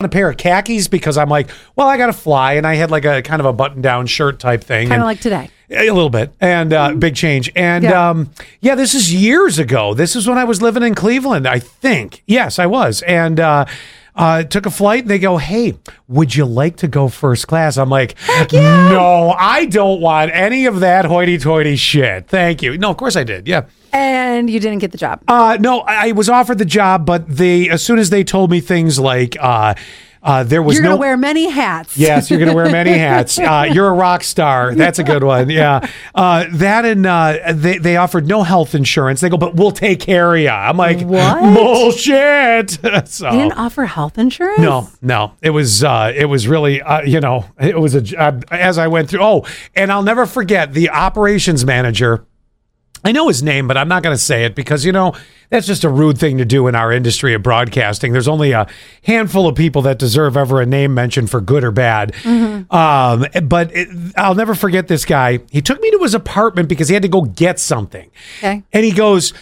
a pair of khakis because I'm like, well, I got to fly, and I had like a kind of a button-down shirt type thing, Kind and- of like today. a little bit, and uh, big change, and Yeah. um, yeah, this is years ago. This is when I was living in Cleveland, I think. Yes, I was, and uh, uh, took a flight. And they go, "Hey, would you like to go first class?" I'm like, "No, I don't want any of that hoity-toity shit. Thank you." No, of course I did. Yeah. And you didn't get the job. Uh, no, I I was offered the job, but they as soon as they told me things like uh, uh, there was You're no going to wear many hats. Yes, you're going to wear many hats. Uh, you're a rock star. That's a good one. Yeah. Uh, that and uh, they, they offered no health insurance. They go, but we'll take care of you. I'm like, What? bullshit. so. They didn't offer health insurance? No, no. It was uh it was really uh, you know, it was a j- uh, as I went through. Oh, and I'll never forget the operations manager. I know his name, but I'm not going to say it because you know, that's just a rude thing to do in our industry of broadcasting. There's only a handful of people that deserve ever a name mentioned for good or bad. Um, but it, I'll never forget this guy. He took me to his apartment because he had to go get something. Okay. And he goes,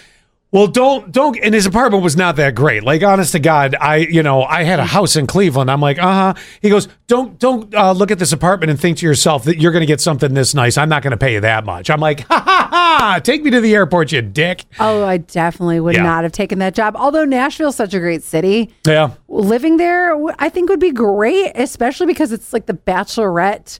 "Well, don't don't." And his apartment was not that great. Like, honest to God, I you know I had a house in Cleveland. I'm like, uh huh. He goes, "Don't don't uh, look at this apartment and think to yourself that you're going to get something this nice. I'm not going to pay you that much." I'm like, "Ha ha ha! Take me to the airport, you dick." Oh, I definitely would Yeah. not have taken that job. Although Nashville's such a great city. Yeah. living there w- i think would be great especially because it's like the bachelorette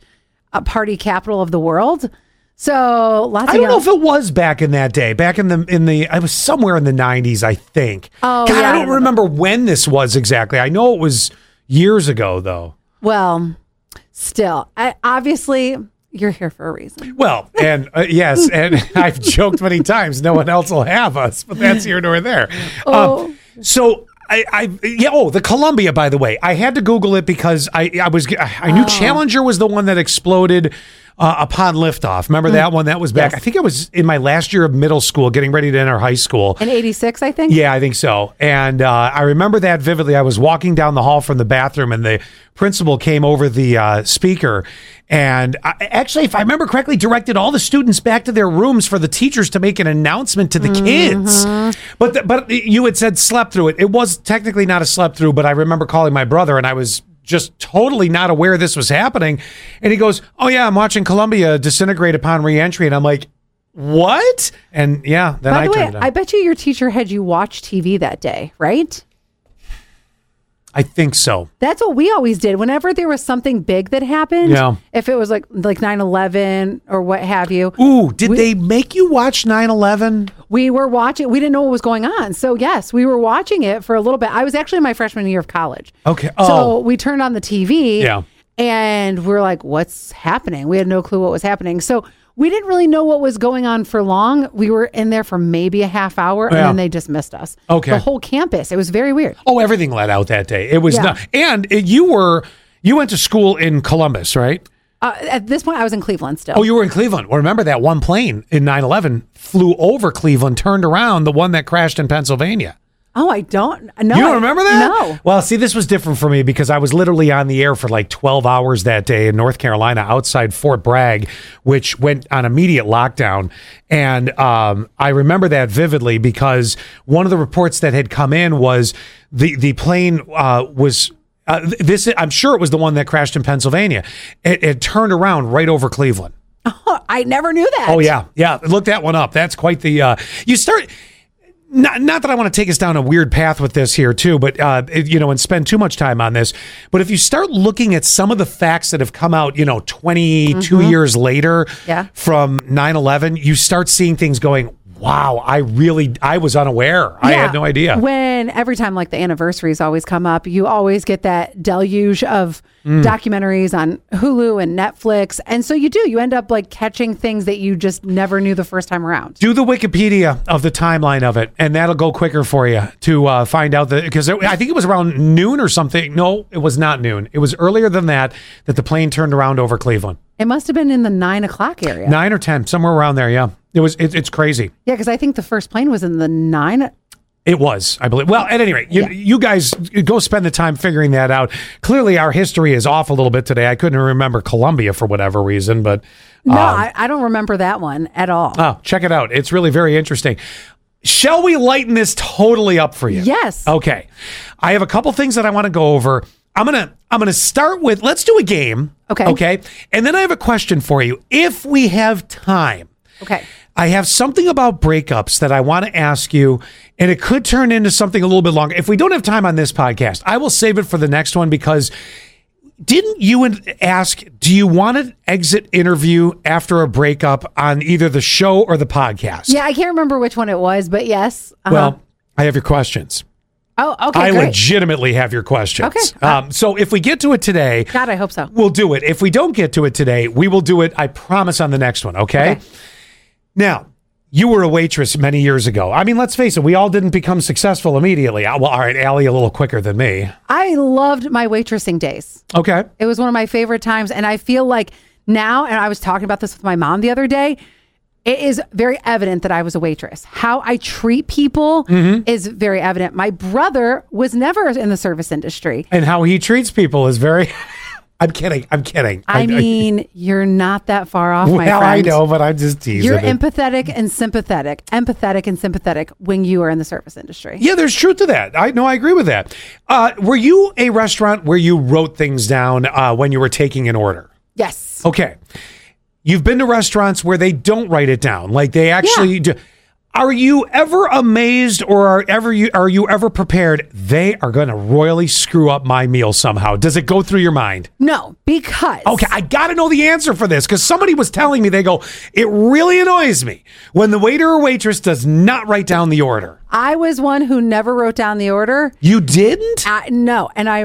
uh, party capital of the world so lots I of don't know young- if it was back in that day. Back in the in the I was somewhere in the nineties, I think. Oh, God, yeah, I I don't remember when this was exactly. I know it was years ago though. well still I, obviously you're here for a reason Well, and uh, yes, and I've joked many times, no one else will have us, but that's here nor there. Um, Oh. so I, I, yeah. Oh, the Columbia, by the way, I had to Google it because I, I was, I knew Challenger was the one that exploded uh, upon liftoff. Remember that one? That was back. I think I was in my last year of middle school, getting ready to enter high school. in 86 i think Yeah, I think so. And uh, I remember that vividly. I was walking down the hall from the bathroom, and the principal came over the uh, speaker. And I, actually, if I remember correctly, directed all the students back to their rooms for the teachers to make an announcement to the Mm-hmm. kids. But the, but you had said slept through it. It was technically not a slept through, but I remember calling my brother, and I was just totally not aware this was happening. And he goes, "Oh yeah, I'm watching Columbia disintegrate upon reentry," and I'm like. What? And yeah, then by I the way turned it on. i bet you your teacher had you watch tv that day right I think so. That's what we always did. Whenever there was something big that happened, Yeah. if it was like like 9-11 or what have you, Ooh, did We- they make you watch 9-11? We were watching. We didn't know what was going on. So yes, we were watching it for a little bit. I was actually in my freshman year of college. Okay. So Oh. we turned on the TV. Yeah. And we're like, "What's happening?" We had no clue what was happening. So we didn't really know what was going on for long. We were in there for maybe a half hour, and Yeah. then they dismissed us. Okay. The whole campus. It was very weird. Oh, everything let out that day. It was Yeah. not, and it, you were you went to school in Columbus, right? Uh, at this point, I was in Cleveland still. Oh, you were in Cleveland. Well, remember that one plane in 9-11 flew over Cleveland, turned around, the one that crashed in Pennsylvania. Oh, I don't. No. You I- don't remember that? No. Well, see, this was different for me because I was literally on the air for like 12 hours that day in North Carolina outside Fort Bragg, which went on immediate lockdown. And um, I remember that vividly because one of the reports that had come in was the, the plane uh, was. Uh, th- this I'm sure it was the one that crashed in Pennsylvania. It, it turned around right over Cleveland. I never knew that. Oh yeah, yeah. Look that one up. That's quite the. Uh, you start. Not, not that I want to take us down a weird path with this here too, but uh, it- you know, and spend too much time on this. But if you start looking at some of the facts that have come out, you know, 22 years later Mm-hmm. Yeah. from 9-11, you start seeing things going, wow, I really, I was unaware. I Yeah. had no idea. When every time like the anniversaries always come up, you always get that deluge of Mm. documentaries on Hulu and Netflix. And so you do, you end up like catching things that you just never knew the first time around. Do the Wikipedia of the timeline of it, and that'll go quicker for you to uh, find out the because I think it was around noon or something. No, it was not noon. It was earlier than that that the plane turned around over Cleveland, It must have been in the nine o'clock area. Yeah, 'cause nine or ten, somewhere around there. Yeah, it was. It, it's crazy. yeah, because I think the first plane was in the nine. It was, I believe. Well, at any rate, you, you guys go spend the time figuring that out. Clearly, our history is off a little bit today. I couldn't remember Columbia for whatever reason, but No, I, I don't remember that one at all. oh, check it out. It's really very interesting. Shall we lighten this totally up for you? Yes. Okay. I have a couple things that I want to go over. I'm gonna I'm gonna start with let's do a game. Okay. Okay. And then I have a question for you. If we have time, Okay. I have something about breakups that I want to ask you, and it could turn into something a little bit longer. If we don't have time on this podcast, I will save it for the next one because didn't you and- ask, do you want an exit interview after a breakup on either the show or the podcast? Yeah, I can't remember which one it was, but yes. Uh-huh. Well, I have your questions. oh, okay, I great. legitimately have your questions. Okay. uh, Um, so if we get to it today, God, I hope so. We'll do it. If we don't get to it today, we will do it, I promise, on the next one, okay? Okay. Now, you were a waitress many years ago. I mean, let's face it, we all didn't become successful immediately. Ah, Well, all right, Allie, a little quicker than me. I loved my waitressing days. Okay. It was one of my favorite times. And I feel like now, and I was talking about this with my mom the other day, it is very evident that I was a waitress. How I treat people Mm-hmm. is very evident. My brother was never in the service industry. And how he treats people is very. I'm kidding. I'm kidding. I mean, you're not that far off, my well, friend. I know, but I'm just teasing. You're it. empathetic and sympathetic, empathetic and sympathetic when you are in the service industry. yeah, there's truth to that. I know. I agree with that. Uh, were you a restaurant where you wrote things down uh, when you were taking an order? Yes. Okay. You've been to restaurants where they don't write it down. Like they actually do. Are you ever amazed or are ever you are you ever prepared they are going to royally screw up my meal somehow? Does it go through your mind? No, because Okay, I got to know the answer for this cuz somebody was telling me they go, "It really annoys me when the waiter or waitress does not write down the order." I was one who never wrote down the order. You didn't? I, no, and I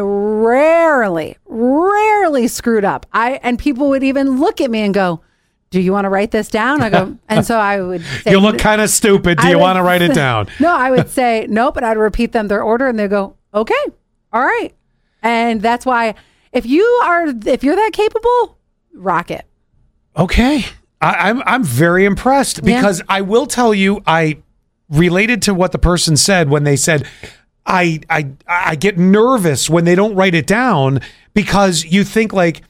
rarely, rarely screwed up. I and people would even look at me and go, "Do you want to write this down?" I go, and so I would. Say, You look kind of stupid. Do I you would- want to write it down? No, I would say no, but I'd repeat them their order, and they go, "Okay, all right," and that's why if you are if you're that capable, rock it. Okay. I, I'm I'm very impressed because I will tell you I related to what the person said when they said I I I get nervous when they don't write it down because you think like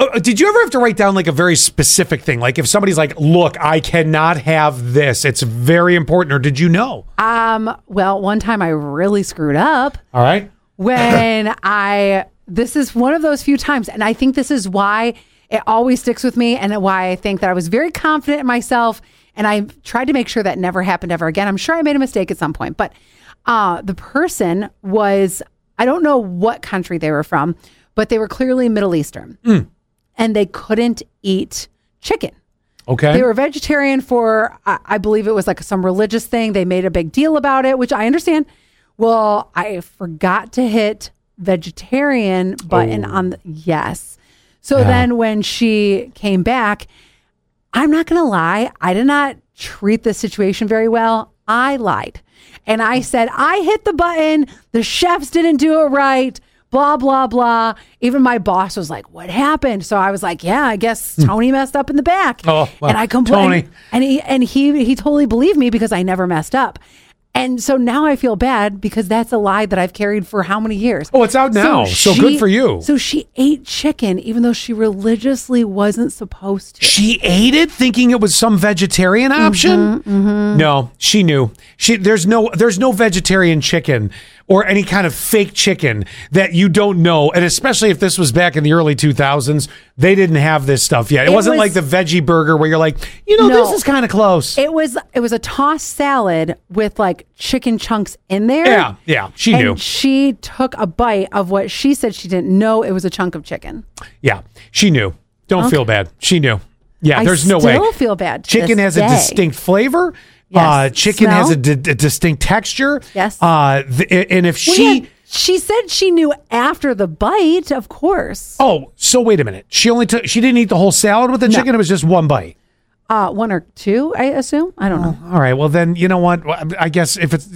uh, did you ever have to write down like a very specific thing like if somebody's like look I cannot have this it's very important or did you know Um, well, one time I really screwed up. all right when I this is one of those few times, and I think this is why it always sticks with me, and why I think that I was very confident in myself, and I tried to make sure that never happened ever again. I'm sure I made a mistake at some point, but uh, the person was I don't know what country they were from, but they were clearly Middle Eastern, and they couldn't eat chicken. okay They were vegetarian for, I I believe it was like some religious thing. They made a big deal about it, which I understand. Well, I forgot to hit vegetarian button on the yes. So then when she came back, I'm not going to lie, I did not treat the situation very well. I lied. And I said, I hit the button. The chefs didn't do it right. Blah, blah, blah. Even my boss was like, What happened? So I was like, Yeah, I guess Tony messed up in the back. Hmm. Oh, well, and I complained. Tony. And he and he he totally believed me because I never messed up. And so now I feel bad because that's a lie that I've carried for how many years? Oh, it's out now. So good for you. So she ate chicken even though she religiously wasn't supposed to. She ate it thinking it was some vegetarian Mm-hmm, option. No, she knew. She there's no there's no vegetarian chicken or any kind of fake chicken that you don't know. And especially if this was back in the early 2000s, they didn't have this stuff yet. It, It wasn't was- like the veggie burger where you're like, you know, No. this is kind of close. It was it was a tossed salad with like chicken chunks in there. yeah, yeah, she And knew. she took a bite of what she said she didn't know it was a chunk of chicken. yeah, she knew. Don't feel bad. She knew. Yeah, there's I no way. still feel bad. to Chicken has this a day. distinct flavor. Yes. Uh, chicken has a, Smell. di- a distinct texture. Yes. Uh, th- and if Well, she yeah, she said she knew after the bite, of course. Oh, so wait a minute. She only took. She didn't eat the whole salad with the chicken. It was just one bite. Uh, one or two, I assume. I don't know. All right. Well, then you know what? Well, I guess if it's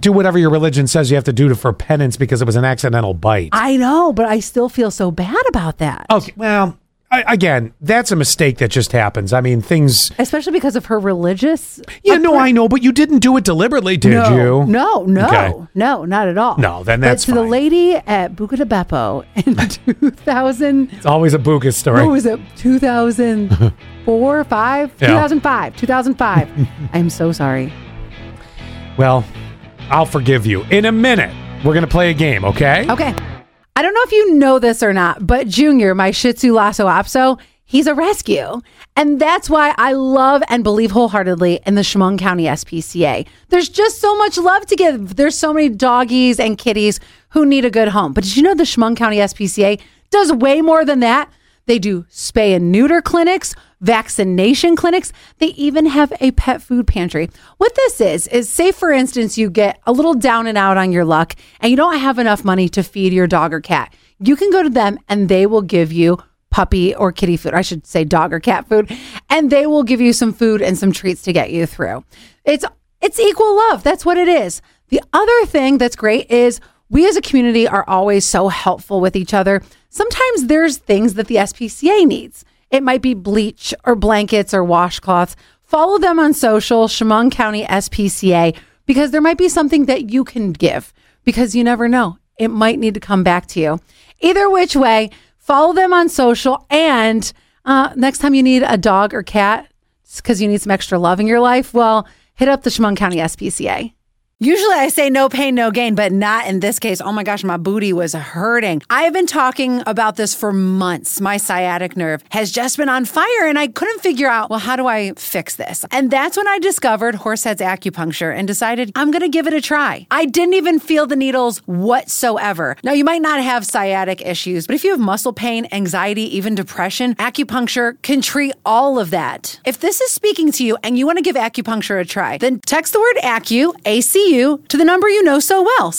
do whatever your religion says you have to do to for penance because it was an accidental bite. I know, but I still feel so bad about that. Okay. Well, I, again, that's a mistake that just happens. I mean, things. Especially because of her religious. Yeah. No, I know, but you didn't do it deliberately, did no, you? No, no, Okay. no, not at all. No, then But that's to the fine. lady at Buca Beppo in 2000. It's always a Buka story. What was it? 2004, 5? Yeah. 2005. 2005. I'm so sorry. Well, I'll forgive you in a minute. We're gonna play a game, okay? Okay. I don't know if you know this or not, but Junior, my Shih Tzu Lasso Opso, he's a rescue. And that's why I love and believe wholeheartedly in the Chemung County SPCA. There's just so much love to give. There's so many doggies and kitties who need a good home. But did you know the Chemung County SPCA does way more than that? They do spay and neuter clinics, vaccination clinics. They even have a pet food pantry. What this is, is say, for instance, you get a little down and out on your luck and you don't have enough money to feed your dog or cat. You can go to them and they will give you puppy or kitty food. I should say dog or cat food. And they will give you some food and some treats to get you through. It's it's equal love. That's what it is. The other thing that's great is we as a community are always so helpful with each other. Sometimes there's things that the SPCA needs. It might be bleach or blankets or washcloths. Follow them on social, Chemung County SPCA, because there might be something that you can give because you never know. It might need to come back to you. Either which way, follow them on social. And uh, next time you need a dog or cat because you need some extra love in your life, well, hit up the Chemung County SPCA. Usually I say no pain, no gain, but not in this case. Oh my gosh, my booty was hurting. I've been talking about this for months. My sciatic nerve has just been on fire and I couldn't figure out, well, how do I fix this? And that's when I discovered Horsehead's acupuncture and decided I'm going to give it a try. I didn't even feel the needles whatsoever. Now, you might not have sciatic issues, but if you have muscle pain, anxiety, even depression, acupuncture can treat all of that. If this is speaking to you and you want to give acupuncture a try, then text the word ACU, ACU, to the number you know so well,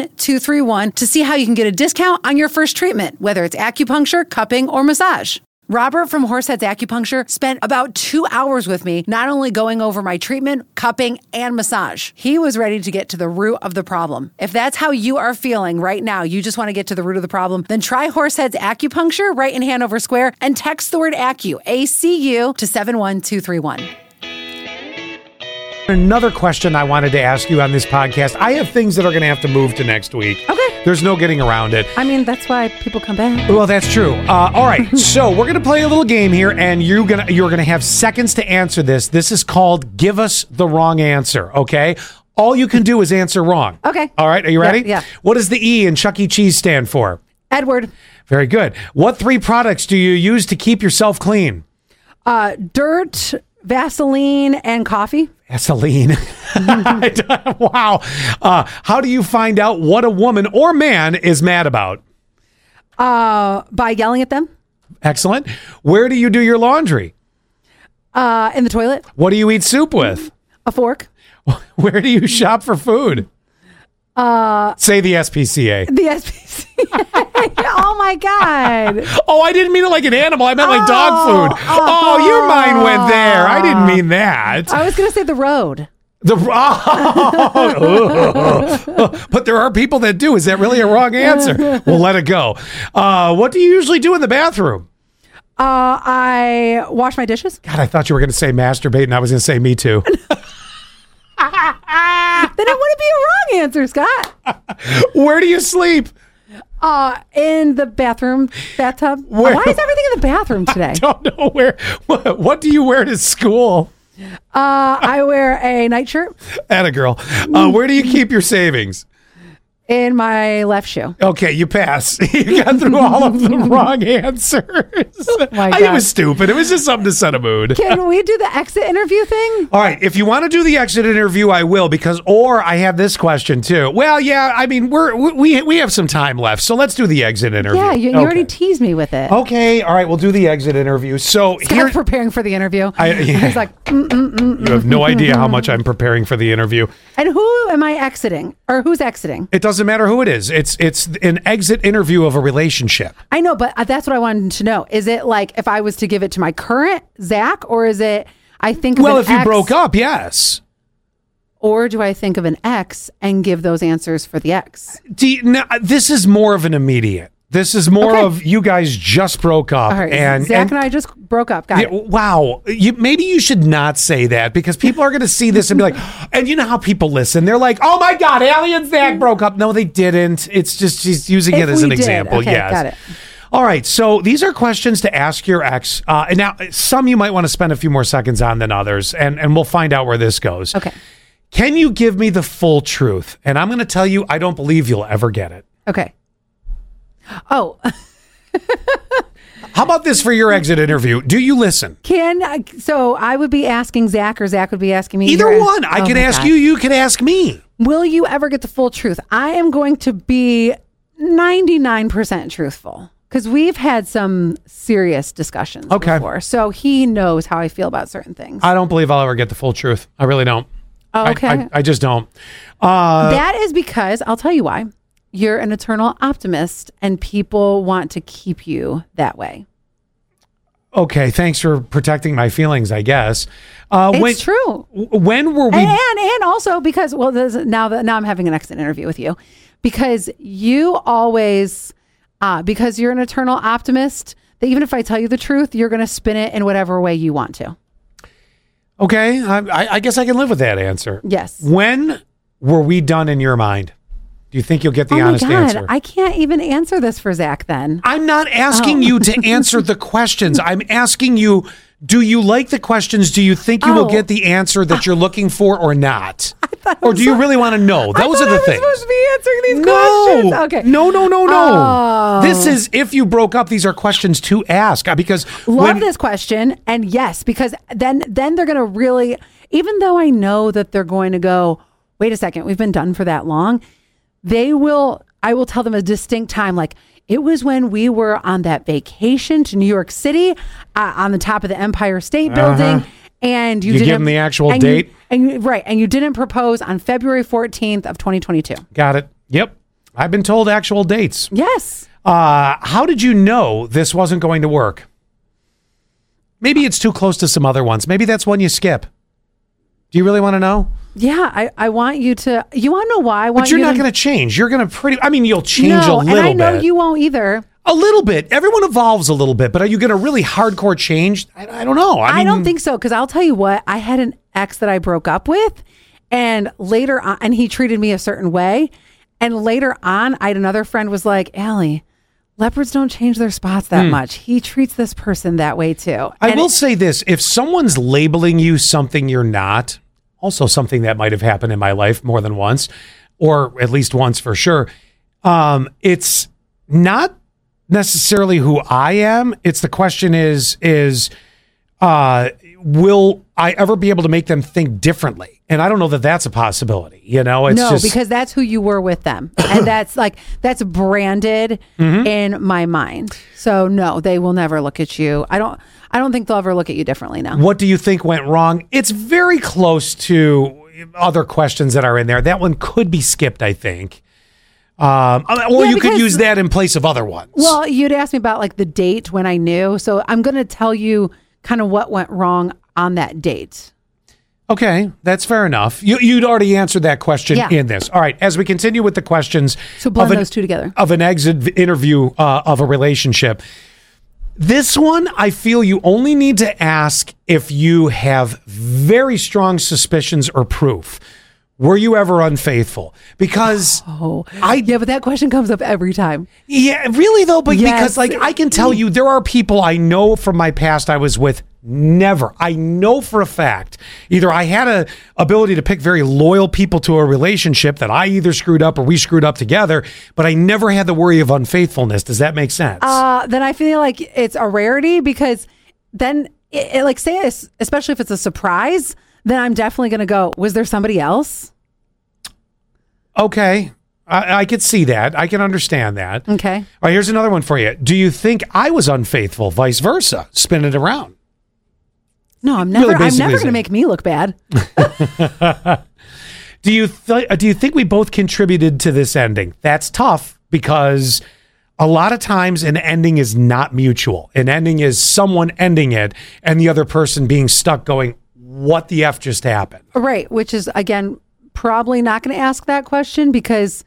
71231, to see how you can get a discount on your first treatment, whether it's acupuncture, cupping, or massage. Robert from Horsehead's Acupuncture spent about two hours with me, not only going over my treatment, cupping, and massage. He was ready to get to the root of the problem. If that's how you are feeling right now, you just want to get to the root of the problem, then try Horsehead's Acupuncture right in Hanover Square and text the word ACU, ACU, to 71231. Another question I wanted to ask you on this podcast. I have things that are going to have to move to next week. Okay. There's no getting around it. I mean, that's why people come back. Well, that's true. Uh, all right, so we're gonna play a little game here, and you're gonna you're gonna have seconds to answer this. This is called "Give Us the Wrong Answer." Okay, all you can do is answer wrong. Okay. All right, are you Yeah, ready? yeah. What does the E in Chuck E. Cheese stand for? Edward, Very good. What three products do you use to keep yourself clean? uh, dirt, Vaseline, and coffee. Vaseline. I don't- wow. Uh, how do you find out what a woman or man is mad about? Uh, by yelling at them Excellent. Where do you do your laundry? uh, in the toilet, What do you eat soup with? a fork, Where do you shop for food? Uh, Say the SPCA. the SPC. oh my God. Oh, I didn't mean it like an animal. I meant like Oh, dog food. Oh, your mind went there. I didn't mean that. I was going to say the road. the oh, but there are people that do. Is that really a wrong answer? We'll let it go. Uh, what do you usually do in the bathroom? Uh, I wash my dishes. God, I thought you were going to say masturbate, and I was going to say me too. Then it wouldn't be a wrong answer, Scott. Where do you sleep? Uh, in the bathroom, bathtub. Where- Why is everything in the bathroom today? Uh, Don't know where. What, what do you wear to school? Uh, I wear a nightshirt At a girl. Uh, where do you keep your savings? in my left shoe. Okay, you pass. You got through all of the wrong answers. Oh my I- It God. was stupid. It was just something to set a mood. Can we do the exit interview thing? All right, if you want to do the exit interview, I will because, or I have this question too. Well, yeah, I mean, we're we we have some time left, so let's do the exit interview. Yeah, you, you okay. already teased me with it. Okay, all right, we'll do the exit interview. So Scott's here, preparing for the interview. I- yeah. He's like, "Mm, you have no idea how much I'm preparing for the interview. and who am I exiting or who's exiting? It doesn't matter who it is. It's it's an exit interview of a relationship. I know, but uh, that's what I wanted to know. Is it like if I was to give it to my current Zach, or is it I think of Well, an if you ex, broke up, yes. or do I think of an ex and give those answers for the ex? Do you, no, this is more of an immediate. This is more Okay. of you guys just broke up, All right, and, Zach and- and, I just broke up, guys. Yeah, wow, you, maybe you should not say that because people are going to see this and be like, and you know how people listen? They're like, oh my god, Ali and Zach broke up. No, they didn't. It's just she's using If it as we an did. example. Okay, yes. got it. All right, so these are questions to ask your ex. Uh, and now, some you might want to spend a few more seconds on than others, and, and we'll find out where this goes. Okay. Can you give me the full truth? And I'm going to tell you, I don't believe you'll ever get it. Okay. Oh, How about this for your exit interview? Do you listen? can I, so I would be asking Zach, or Zach would be asking me. Either You're- one. I Oh could my ask God. you, you could ask me. Will you ever get the full truth? I am going to be 99% truthful because we've had some serious discussions Okay. before. So he knows how I feel about certain things. I don't believe I'll ever get the full truth. I really don't. I- Oh, Okay. I, I, just don't. Uh, that is because I'll tell you why. You're an eternal optimist and people want to keep you that way. okay. Thanks for protecting my feelings, I guess. Uh, It's when, true. When were we? And, and and also because well this, now that now I'm having an exit interview with you because you always uh, because you're an eternal optimist that even if I tell you the truth you're going to spin it in whatever way you want to. Okay. I, I- I guess I can live with that answer. Yes. When were we done in your mind? Do you think you'll get the oh my honest god, answer? I can't even answer this for Zach then. I'm not asking Oh. you to answer the questions. I'm asking you, do you like the questions? Do you think you will Oh. get the answer that you're looking for or not? Or do you really want to know? Those I are thought the I was things. supposed to be answering these questions. no. Okay. No, no, no, no. Oh. This is if you broke up, these are questions to ask Uh, because Love when, this question, and yes, because then then they're going to really, even though I know that they're going to go, wait a second, we've been done for that long. They will. I will tell them a distinct time, like it was when we were on that vacation to New York City, uh, on the top of the Empire State Building, and you, Uh-huh. You give didn't them the actual and you- date? and you, right, and you didn't propose on February fourteenth of twenty twenty two. Got it. Yep. I've been told actual dates. Yes, Uh, how did you know this wasn't going to work? Maybe it's too close to some other ones. Maybe that's one you skip. Do you really want to know? yeah, I, I want you to. You want to know why? I want But you're you not to- going to change. You're going to pretty. I mean, you'll change a no, little and I know bit. you won't either. a little bit. Everyone evolves a little bit. But are you going to really hardcore change? I, I don't know. I, I, mean, don't think so because I'll tell you what I had an ex that I broke up with, and later on, and he treated me a certain way, and later on, I had another friend was like, "Allie, leopards don't change their spots that much. He treats this person that way too." Hmm. I And will say this: if someone's labeling you something you're not, also something that might have happened in my life more than once, or at least once for sure, um, it's not necessarily who I am. It's the question is is uh, will I ever be able to make them think differently? And I don't know that that's a possibility. You know, it's no, just, because that's who you were with them, and that's like that's branded Mm-hmm. in my mind. So no, they will never look at you. I don't. I don't think they'll ever look at you differently now. What do you think went wrong? It's very close to other questions that are in there. That one could be skipped, I think. Um, or Yeah, you could because- use that in place of other ones. Well, you'd asked me about like the date when I knew. So I'm going to tell you kind of what went wrong on that date. okay, that's fair enough. You, you'd already answered that question Yeah. in this. All right, as we continue with the questions So blend of an, those two together. of an exit v- interview uh, of a relationship, this one I feel you only need to ask if you have very strong suspicions or proof. Were you ever unfaithful? Because Oh. I Yeah, but that question comes up every time. Yeah, really though, but because Yes. like I can tell you, there are people I know from my past I was with never. I know for a fact either I had a ability to pick very loyal people to a relationship that I either screwed up or we screwed up together, but I never had the worry of unfaithfulness. Does that make sense? Uh, then I feel like it's a rarity because then, it, it, like, say, it's- especially if it's a surprise, then I'm definitely going to go, was there somebody else? okay, I, I could see that. I can understand that. All Okay. right, here's another one for you. Do you think I was unfaithful? Vice versa. Spin it around. No, I'm never, I'm basically never going to saying- make me look bad. Do you th- do you think we both contributed to this ending? That's tough because a lot of times an ending is not mutual. An ending is someone ending it and the other person being stuck going, "What the f just happened?" Right, which is again probably not going to ask that question because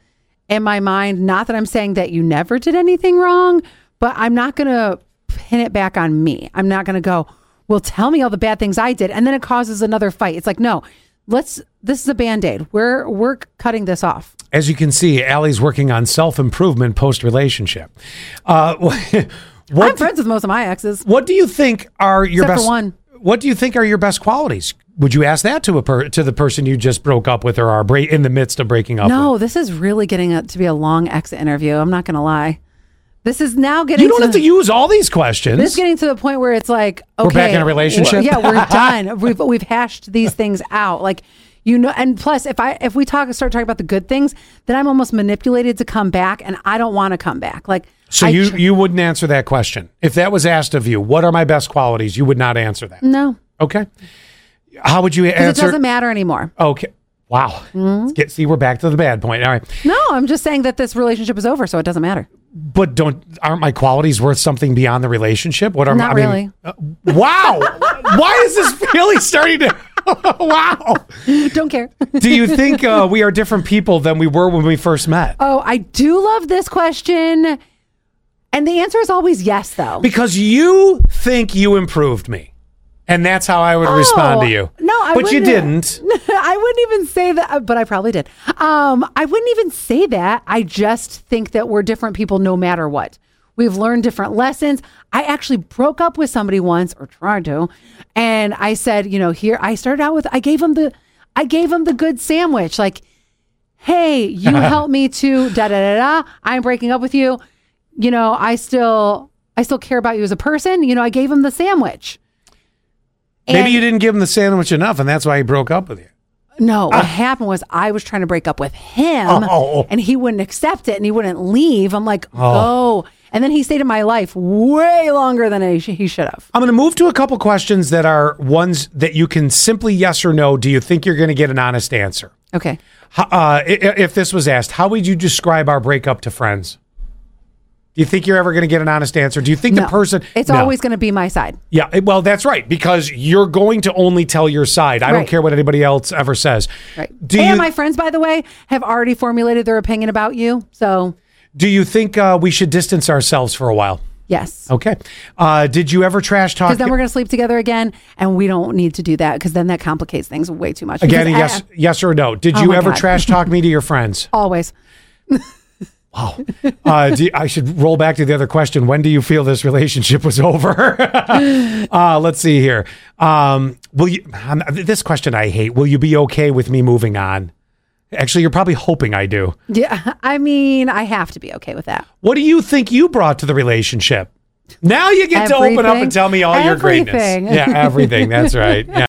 in my mind, not that I'm saying that you never did anything wrong, but I'm not going to pin it back on me. I'm not going to go, "Well, tell me all the bad things I did," and then it causes another fight. It's like, "No, let's this is a band-aid. We're we're cutting this off." As you can see, Allie's working on self improvement post relationship. Uh, I'm what friends with most of my exes. what do you think are your Except for best one. What do you think are your best qualities? Would you ask that to a per- to the person you just broke up with or are break in the midst of breaking up? with? No, this is really getting up to be a long exit interview. I'm not going to lie. This is now getting. You don't to have to use all these questions. This is getting to the point where it's like, okay, back in a relationship? Yeah, we're done. we've we've hashed these things out. Like you know, and plus, if I if we talk start talking about the good things, then I'm almost manipulated to come back, and I don't want to come back. Like so I you tr- you wouldn't answer that question if that was asked of you. What are my best qualities? You would not answer that. no, Okay. How would you 'Cause it answer? doesn't Mm-hmm. matter anymore. Okay. Wow. Let's Get see, we're back to the bad point. All right. No, I'm just saying that this relationship is over, so it doesn't matter. But don't aren't my qualities worth something beyond the relationship? What are my, Not I really. Mean, uh, wow. Why is this really starting to? wow. don't care. Do you think uh, we are different people than we were when we first met? oh, I do love this question, and the answer is always yes, though. Because you think you improved me, and that's how I would respond to you. Oh, No, I but you wouldn't- didn't. I wouldn't even say that, uh, but I probably did. Um, I wouldn't even say that. I just think that we're different people no matter what. We've learned different lessons. I actually broke up with somebody once or tried to, and I said, you know, here I started out with I gave him the I gave him the good sandwich. Like, hey, you helped me to da da da da. I'm breaking up with you. You know, I still I still care about you as a person. You know, I gave him the sandwich. Maybe And- you didn't give him the sandwich enough, and that's why he broke up with you. No, what happened was I was trying to break up with him Ah. Oh. and he wouldn't accept it and he wouldn't leave. I'm like, oh. Oh. And then he stayed in my life way longer than I sh- he should have. I'm going to move to a couple questions that are ones that you can simply yes or no. Do you think you're going to get an honest answer? Okay. Ho- Uh, i- i- if this was asked, how would you describe our breakup to friends? Do you think you're ever going to get an honest answer? Do you think No. the person? It's No. always going to be my side. Yeah, it- well, that's right because you're going to only tell your side. I Right. don't care what anybody else ever says. Right. Do and you my friends, by the way, have already formulated their opinion about you. So, do you think uh, we should distance ourselves for a while? yes. Okay. Uh, did you ever trash talk? Because then we're going to sleep together again and we don't need to do that because then that complicates things way too much. Again, Because yes, I- yes or no? Did Oh you my ever God. trash talk me to your friends? always. Uh, do you- I should roll back to the other question. When do you feel this relationship was over? uh, let's see here. Um, will you? um, this question I hate. Will you be okay with me moving on? Actually, you're probably hoping I do. Yeah. I mean, I have to be okay with that. What do you think you brought to the relationship? Now you get to open up Everything. and tell me all your greatness. Everything. Yeah, everything. That's right. Yeah.